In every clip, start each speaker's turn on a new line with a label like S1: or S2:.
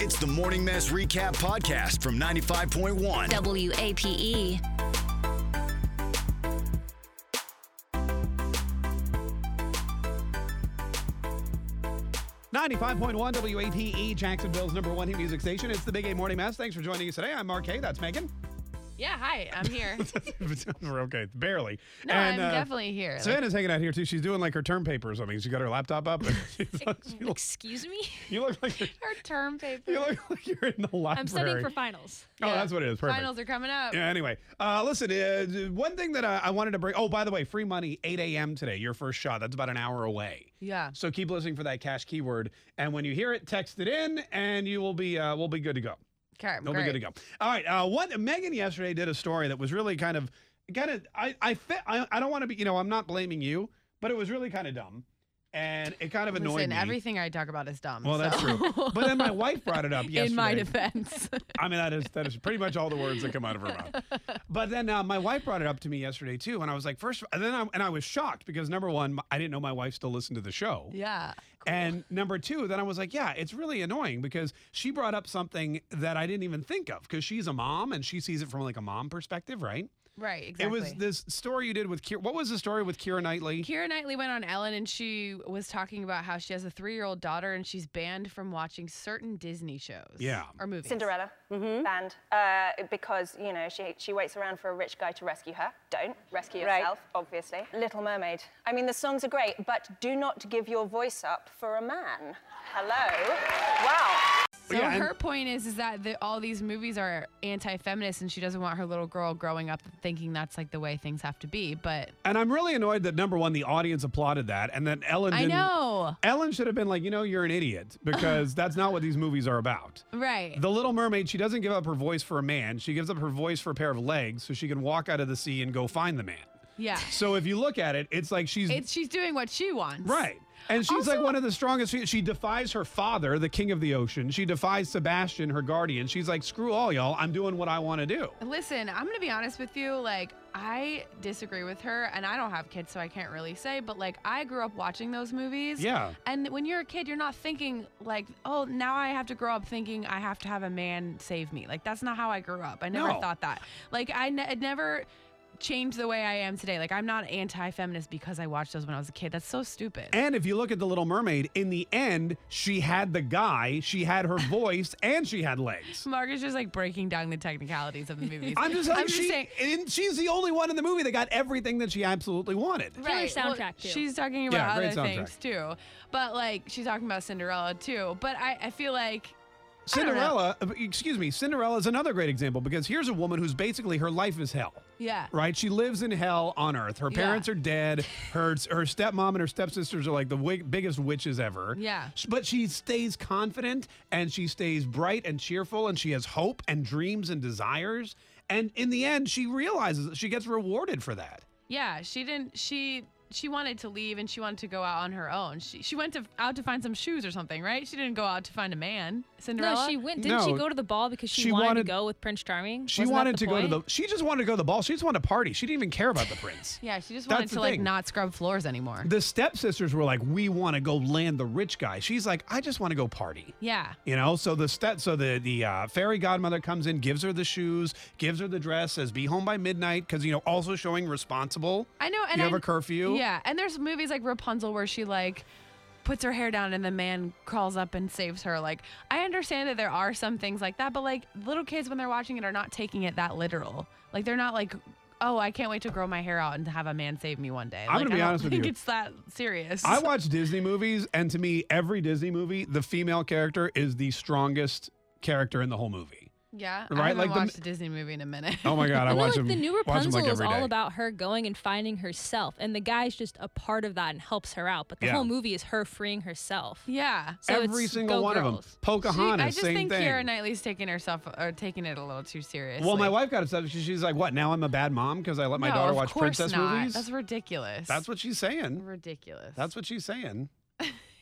S1: It's the Morning Mess Recap Podcast from 95.1.
S2: E.
S3: WAPE.
S4: Ninety-five point one WAPE E, Jacksonville's number one hit music station. It's the Big A Morning Mass. Thanks for joining us today. I'm Mark Hay. That's Megan.
S5: Yeah, hi, I'm here.
S4: We're okay, barely. uh,
S5: No, I'm definitely here. Like-
S4: Savannah's hanging out here too. She's doing like her term paper or something. She got her laptop up. And she's like, she looks,
S3: Excuse me?
S4: you look like you're,
S5: Our term paper.
S4: you look like you're in the library.
S6: I'm studying for finals.
S4: Oh, that's what it is. Perfect.
S5: Finals are coming up.
S4: Yeah, anyway, uh, listen, uh, one thing that I, I wanted to bring. Oh, by the way, free money, 8 a.m. today, your first shot. That's about an hour away.
S5: Yeah.
S4: So keep listening for that cash keyword. And when you hear it, text it in and you will be, uh, we'll be good to go.
S5: Okay,
S4: We'll be good to
S5: great.
S4: go. All right. Uh, what Megan yesterday did a story that was really kind of, kind of, I, I, fe- I, I don't want to be, you know, I'm not blaming you, but it was really kind of dumb. And it kind of annoyed
S5: Listen,
S4: me.
S5: everything I talk about is dumb.
S4: well, that's
S5: so-
S4: true. But then my wife brought it up yesterday.
S5: In my defense.
S4: I mean, that is that is pretty much all the words that come out of her mouth. But then uh, my wife brought it up to me yesterday too, and I was like, first, and then I, and I was shocked because number one, I didn't know my wife still listened to the show,
S5: yeah.
S4: and number two, then I was like, yeah, it's really annoying because she brought up something that I didn't even think of because she's a mom and she sees it from like a mom perspective, right?
S5: Right, exactly.
S4: It was this story you did with Kira. What was the story with Kira Knightley?
S5: Kira Knightley went on Ellen and she was talking about how she has a three year old daughter and she's banned from watching certain Disney shows.
S4: Yeah.
S5: Or movies.
S7: Cinderella banned uh, because you know she she waits around for a rich guy to rescue her. Don't rescue yourself, obviously. Little Mermaid. I mean, the songs are great, but do not give your voice up for a man. Hello. Wow.
S5: So
S4: Yeah, and-
S5: her point is is that the, all these movies are anti-feminist and she doesn't want her little girl growing up thinking that's like the way things have to be. But
S4: And I'm really annoyed that number one, the audience applauded that, and then Ellen.
S5: I
S4: Didn't,
S5: know.
S4: Ellen should have been like, you know, you're an idiot because that's not what these movies are about.
S5: Right.
S4: The Little Mermaid, she doesn't give up her voice for a man. She gives up her voice for a pair of legs so she can walk out of the sea and go find the man.
S5: yeah.
S4: So if you look at it, it's like she's
S5: It's she's doing what she wants.
S4: right. And she's like
S5: Also-
S4: one of the strongest. She, she defies her father, the king of the ocean. She defies Sebastian, her guardian. She's like, screw all y'all. I'm doing what I want to do.
S5: Listen, I'm gonna be honest with you. Like, I disagree with her, and I don't have kids, so I can't really say. But like, I grew up watching those movies.
S4: Yeah.
S5: And when you're a kid, you're not thinking like, oh, now I have to grow up thinking I have to have a man save me. Like, that's not how I grew up. I never
S4: No.
S5: thought that. Like, I ne- it never changed the way I am today. Like, I'm not anti-feminist because I watched those when I was a kid. That's so stupid.
S4: And if you look at The Little Mermaid, in the end, she had the guy, she had her voice, and she had legs.
S5: Mark is just like breaking down the technicalities of the movies.
S4: I'm just
S5: I'm
S4: like,
S5: just
S4: she,
S5: saying.
S4: and she's the only one in the movie that got everything that she absolutely wanted.
S6: Killer soundtrack
S5: Well,
S6: too.
S5: She's talking about
S4: Yeah, great
S5: other
S4: soundtrack.
S5: things too, but like she's talking about Cinderella too. But I, I feel like I don't know.
S4: Cinderella, uh, excuse me, Cinderella is another great example because here's a woman who's basically her life is hell.
S5: Yeah.
S4: Right? She lives in hell on earth. Her
S5: Yeah.
S4: parents are dead. Her her stepmom and her stepsisters are like the wi- biggest witches ever.
S5: Yeah.
S4: Sh- But she stays confident and she stays bright and cheerful and she has hope and dreams and desires. And in the end, she realizes that she gets rewarded for that.
S5: Yeah, she didn't. She she wanted to leave and she wanted to go out on her own. She she went to out to find some shoes or something, right? She didn't go out to find a man. Cinderella.
S6: no, she went. Didn't she
S4: No.
S6: go to the ball because she,
S4: She
S6: wanted,
S4: wanted-
S6: to go with Prince Charming?
S4: She
S6: Wasn't that
S4: wanted
S6: the
S4: to go to
S6: point?
S4: the she just wanted to go to the ball. She just wanted to party. She didn't even care about the prince.
S5: yeah, she just
S4: That's
S5: wanted
S4: the
S5: to like
S4: thing.
S5: not scrub floors anymore.
S4: The stepsisters were like, "We want to go land the rich guy." She's like, "I just want to go party."
S5: yeah.
S4: You know, so the step, so the the uh, fairy godmother comes in, gives her the shoes, gives her the dress, says, "Be home by midnight," because you know, also showing responsible.
S5: I know. And
S4: you have
S5: I-
S4: a curfew.
S5: Yeah, and there's movies like Rapunzel where she like puts her hair down and the man crawls up and saves her. Like I understand that there are some things like that, but like little kids when they're watching it are not taking it that literal. Like they're not like. Oh, I can't wait to grow my hair out and have a man save me one day.
S4: I'm
S5: Like,
S4: gonna be
S5: I don't
S4: honest with
S5: think
S4: you.
S5: it's that serious.
S4: I watch Disney movies, and to me, every Disney movie, the female character is the strongest character in the whole movie.
S5: yeah,
S4: right,
S5: I haven't
S4: like the-
S5: watched a Disney movie in a minute.
S4: Oh my god, I
S6: I feel
S4: watch
S6: like
S4: them.
S6: the new
S4: watch them,
S6: Rapunzel
S4: like,
S6: is
S4: every
S6: all
S4: day.
S6: about her going and finding herself, and the guy's just a part of that and helps her out. But the
S4: Yeah.
S6: whole movie is her freeing herself.
S5: yeah.
S6: So
S4: every
S6: it's
S4: single
S6: go
S4: one of them.
S6: girls.
S5: She-
S4: Pocahontas,
S5: I just
S4: same
S5: think
S4: thing.
S5: Keira Knightley's taking herself or taking it a little too seriously.
S4: Well, my wife got upset because she's like, "What? Now I'm a bad mom because I let my
S5: No,
S4: daughter
S5: of
S4: watch
S5: course
S4: princess
S5: not.
S4: movies."
S5: That's ridiculous.
S4: That's what she's saying.
S5: ridiculous.
S4: That's what she's saying.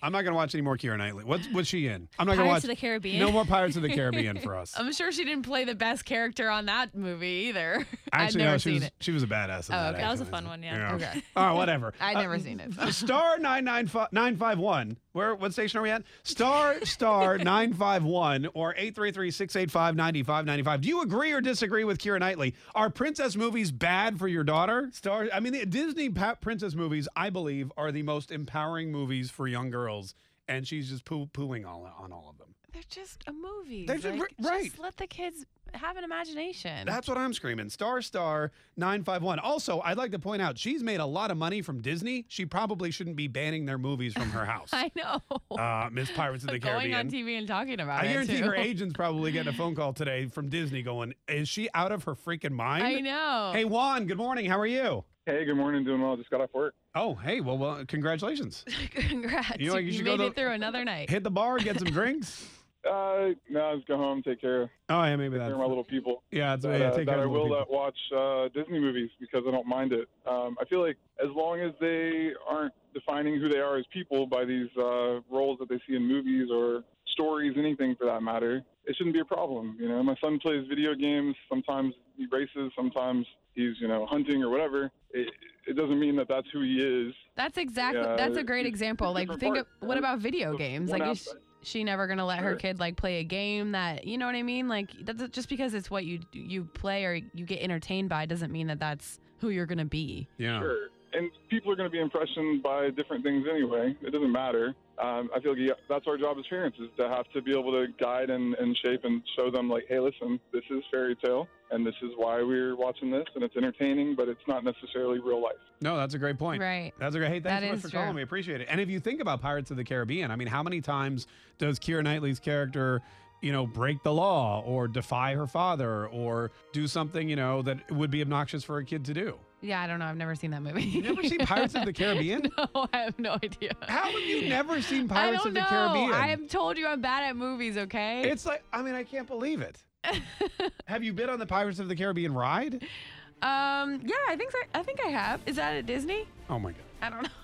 S4: I'm not gonna watch any more Keira Knightley. What's what's she in? I'm not gonna watch
S6: Pirates of the Caribbean.
S4: No more Pirates of the Caribbean for us.
S5: I'm sure she didn't play the best character on that movie either. I've
S4: Actually,
S5: never
S4: no, she
S5: seen
S4: was
S5: it.
S4: she was a badass. In
S5: Oh,
S4: that,
S5: okay.
S6: That was a
S4: actually.
S6: fun one, yeah.
S5: Okay.
S4: Uh, All right, whatever.
S5: I'd
S4: Uh,
S5: never seen it.
S4: Star 995 951 Where? What station are we at? Star star nine five one or 833-685-9595. Do you agree or disagree with Kira Knightley? Are princess movies bad for your daughter? Star. I mean, the Disney pa- princess movies, I believe, are the most empowering movies for young girls, and she's just poo pooing all on all of them.
S5: They're just a movie.
S4: They're just-
S5: Like,
S4: right.
S5: Just let the kids have an imagination.
S4: That's what I'm screaming. Star Star 951. Also, I'd like to point out she's made a lot of money from Disney. She probably shouldn't be banning their movies from her house.
S5: I know.
S4: uh, Miss Pirates of the
S5: Going
S4: Caribbean.
S5: on TV and talking about
S4: I
S5: it.
S4: guarantee her
S5: too.
S4: agent's probably getting a phone call today from Disney going, Is she out of her freaking mind?
S5: I know.
S4: Hey, Juan, good morning. How are you?
S3: Hey, good morning. Doing well. Just got off work.
S4: Oh, hey, well, well congratulations.
S5: Congrats.
S4: You know, you
S5: you
S4: should go
S5: made
S4: to-
S5: it through another night.
S4: Hit the bar, get some drinks.
S3: Uh, now just go home, take care,
S4: Oh, yeah, maybe that's.
S3: care of my little people.
S4: Yeah, that's
S3: That,
S4: yeah,
S3: uh,
S4: take
S3: that
S4: care
S3: I
S4: of the
S3: will
S4: people.
S3: not watch uh, Disney movies because I don't mind it. Um, I feel like as long as they aren't defining who they are as people by these uh, roles that they see in movies or stories, anything for that matter, it shouldn't be a problem. You know, my son plays video games. Sometimes he races. Sometimes he's you know hunting or whatever. It, it doesn't mean that that's who he is.
S5: That's exactly.
S3: Yeah,
S5: that's a
S3: it's-
S5: great
S3: it's
S5: example. Like,
S3: different
S5: think of
S3: part.
S5: what about video
S3: It's
S5: Oh, games?
S3: one
S5: Like, is
S3: aspect.
S5: she never gonna let her
S3: Sure.
S5: kid like play a game that you know what I mean? Like, that's just because it's what you you play or you get entertained by doesn't mean that that's who you're gonna be.
S4: Yeah.
S3: Sure. And people are going to be impressioned by different things anyway. It doesn't matter. Um, I feel like yeah, that's our job as parents is to have to be able to guide and, and shape and show them like, hey, listen, this is fairy tale, and this is why we're watching this, and it's entertaining, but it's not necessarily real life.
S4: No, that's a great point.
S5: Right.
S4: That's a great. Hey, thanks
S5: That
S4: so much
S5: is
S4: for
S5: true.
S4: calling. We appreciate it. And if you think about Pirates of the Caribbean, I mean, how many times does Keira Knightley's character, you know, break the law or defy her father or do something, you know, that would be obnoxious for a kid to do?
S5: Yeah, I don't know. I've never seen that movie.
S4: You never seen Pirates of the Caribbean?
S5: No, I have no idea.
S4: How have you never seen
S5: I
S4: Pirates
S5: don't
S4: of the
S5: know.
S4: Caribbean?
S5: I have told you I'm bad at movies. Okay.
S4: It's like, I mean, I can't believe it. have you been on the Pirates of the Caribbean ride?
S5: um. Yeah, I think so. I think I have. Is that at Disney?
S4: Oh my God.
S5: I don't know.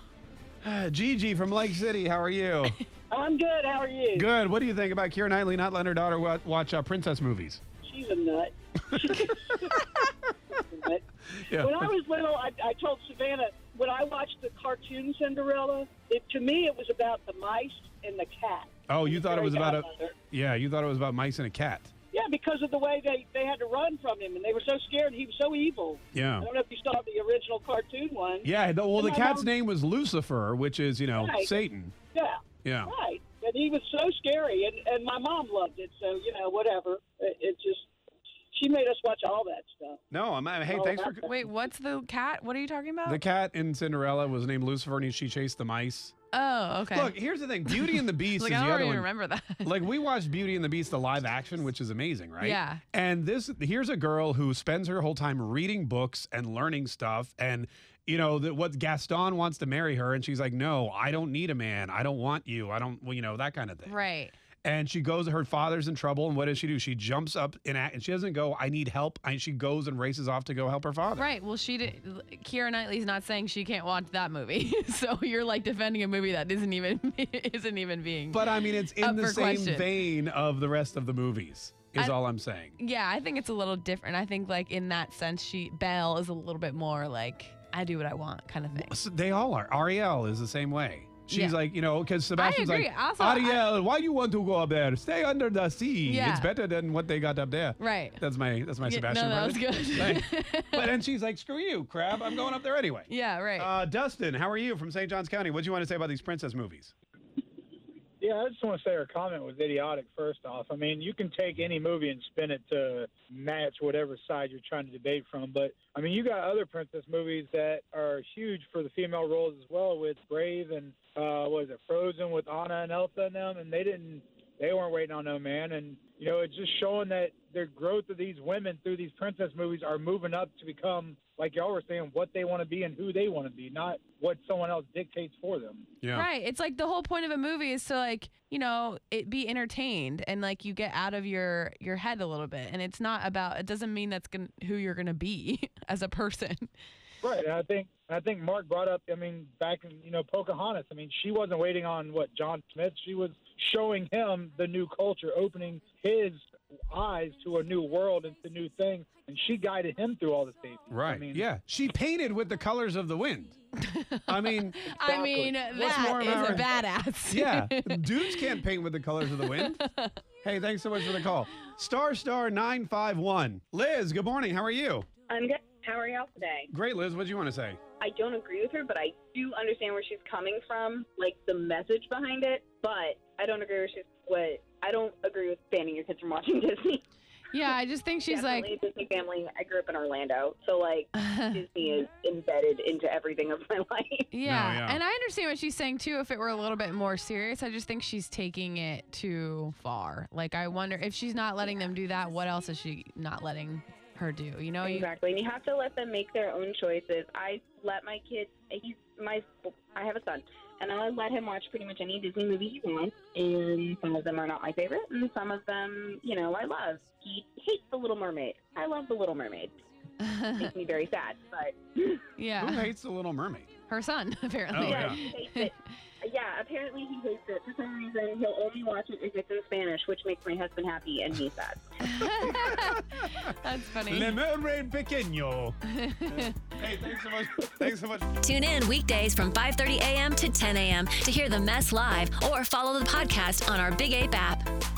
S4: Ah, Gigi from Lake City, how are you?
S8: I'm good. How are you?
S4: Good. What do you think about Keira Knightley not letting her daughter wa- watch uh, princess movies?
S8: She's a nut. But
S4: Yeah.
S8: When I was little, I, I told Savannah when I watched the cartoon Cinderella, it, to me it was about the mice and the cat.
S4: Oh, you
S8: The
S4: thought it
S8: fairy
S4: was about a
S8: godmother.
S4: yeah, you thought it was about mice and a cat.
S8: Yeah, because of the way they, they had to run from him, and they were so scared. He was so evil.
S4: Yeah.
S8: I don't know if you saw the original cartoon one.
S4: Yeah, the, well, the
S8: Yeah.
S4: cat's name was Lucifer, which is you know
S8: Right.
S4: Satan.
S8: Yeah.
S4: Yeah.
S8: Right. And he was so scary, and, and my mom loved it, so, you know, whatever. It, it just, she made us watch all that stuff.
S4: No, I'm. Hey,
S8: Oh,
S4: thanks for
S8: that's
S5: Wait, what's the cat? What are you talking about?
S4: the cat in Cinderella was named Lucifer, and she chased the mice.
S5: oh, okay.
S4: Look, here's the thing: Beauty and the Beast
S5: like,
S4: is
S5: I
S4: the
S5: don't
S4: other
S5: even
S4: one.
S5: remember that.
S4: Like we watched Beauty and the Beast, the live action, which is amazing, right?
S5: Yeah.
S4: And this here's a girl who spends her whole time reading books and learning stuff, and you know that what Gaston wants to marry her, and she's like, "No, I don't need a man. I don't want you. I don't. Well, you know that kind of thing."
S5: Right.
S4: and she goes her father's in trouble and what does she do she jumps up and, act, and she doesn't go i need help and she goes and races off to go help her father
S5: Right. Well, she did. Kira Knightley's not saying she can't watch that movie, so you're like defending a movie that isn't even isn't even being.
S4: but i mean it's in
S5: Up
S4: the
S5: for
S4: same
S5: question.
S4: vein of the rest of the movies is
S5: I-
S4: all i'm saying
S5: yeah, I think it's a little different. I think like in that sense, she Belle is a little bit more like I do what I want kind of thing.
S4: So they all are ariel is the same way she's
S5: Yeah.
S4: like you know because sebastian's
S5: agree.
S4: like
S5: Also, I-
S4: ariel why do you want to go up there stay under the sea
S5: Yeah.
S4: it's better than what they got up there
S5: Right.
S4: that's my that's my
S5: Yeah,
S4: sebastian
S5: no, that was
S4: impression.
S5: good.
S4: Right. but then she's like screw you crab i'm going up there anyway
S5: yeah. Right.
S4: uh, dustin how are you from st john's county what do you want to say about these princess movies
S9: Yeah, I just want to say her comment was idiotic, first off. I mean, you can take any movie and spin it to match whatever side you're trying to debate from. But, I mean, you got other princess movies that are huge for the female roles as well, with Brave and, uh, what is it, Frozen with Anna and Elsa in them. And they didn't, they weren't waiting on no man. And, you know, it's just showing that their growth of these women through these princess movies are moving up to become, like y'all were saying, what they want to be and who they want to be, not what someone else dictates for them.
S4: yeah
S5: Right. It's like the whole point of a movie is to like, you know, it be entertained and like you get out of your your head a little bit. And it's not about it doesn't mean that's gonna who you're gonna be as a person.
S9: Right, and I think I think Mark brought up. I mean, back in you know Pocahontas. I mean, she wasn't waiting on what John Smith. She was showing him the new culture, opening his eyes to a new world and to new things, and she guided him through all the things.
S4: Right.
S9: I mean,
S4: yeah. She painted with the colors of the wind. I mean,
S5: I mean,
S4: What's more
S5: that is a badass.
S4: yeah. Dudes can't paint with the colors of the wind. Hey, thanks so much for the call. Star Star 951. Liz, good morning. How are you?
S10: I'm good. How are y'all today?
S4: Great, Liz. What do you want to say?
S10: I don't agree with her, but I do understand where she's coming from, like the message behind it. But I don't agree with she's what I don't agree with banning your kids from watching Disney.
S5: yeah, I just think she's
S10: Definitely a Disney family. I grew up in Orlando, so like
S5: like.
S10: Disney is embedded into everything of my life.
S5: Yeah.
S4: yeah.
S5: and I understand what she's saying too. If it were a little bit more serious, I just think she's taking it too far. Like, I wonder if she's not letting them do that, what else is she not letting her do? You know, you,
S10: Exactly, and you have to let them make their own choices. I let my kid. He's my. I have a son, and I let him watch pretty much any Disney movie he wants. And some of them are not my favorite, and some of them, you know, I love. He hates The Little Mermaid. I love The Little Mermaid. It makes me very sad, but
S4: Who
S5: yeah,
S4: hates the Little Mermaid?
S5: her son apparently.
S4: Oh,
S10: yeah,
S4: yeah.
S10: he hates it. Yeah, apparently he hates it for some reason. He'll only watch it if it's in Spanish, which makes my husband happy, and he's sad.
S5: That's funny.
S4: Le Mermaid Pequeño. hey, thanks so much. Thanks so much.
S2: Tune in weekdays from 5:30 a.m. to 10 a.m. to hear the mess live or follow the podcast on our Big Ape app.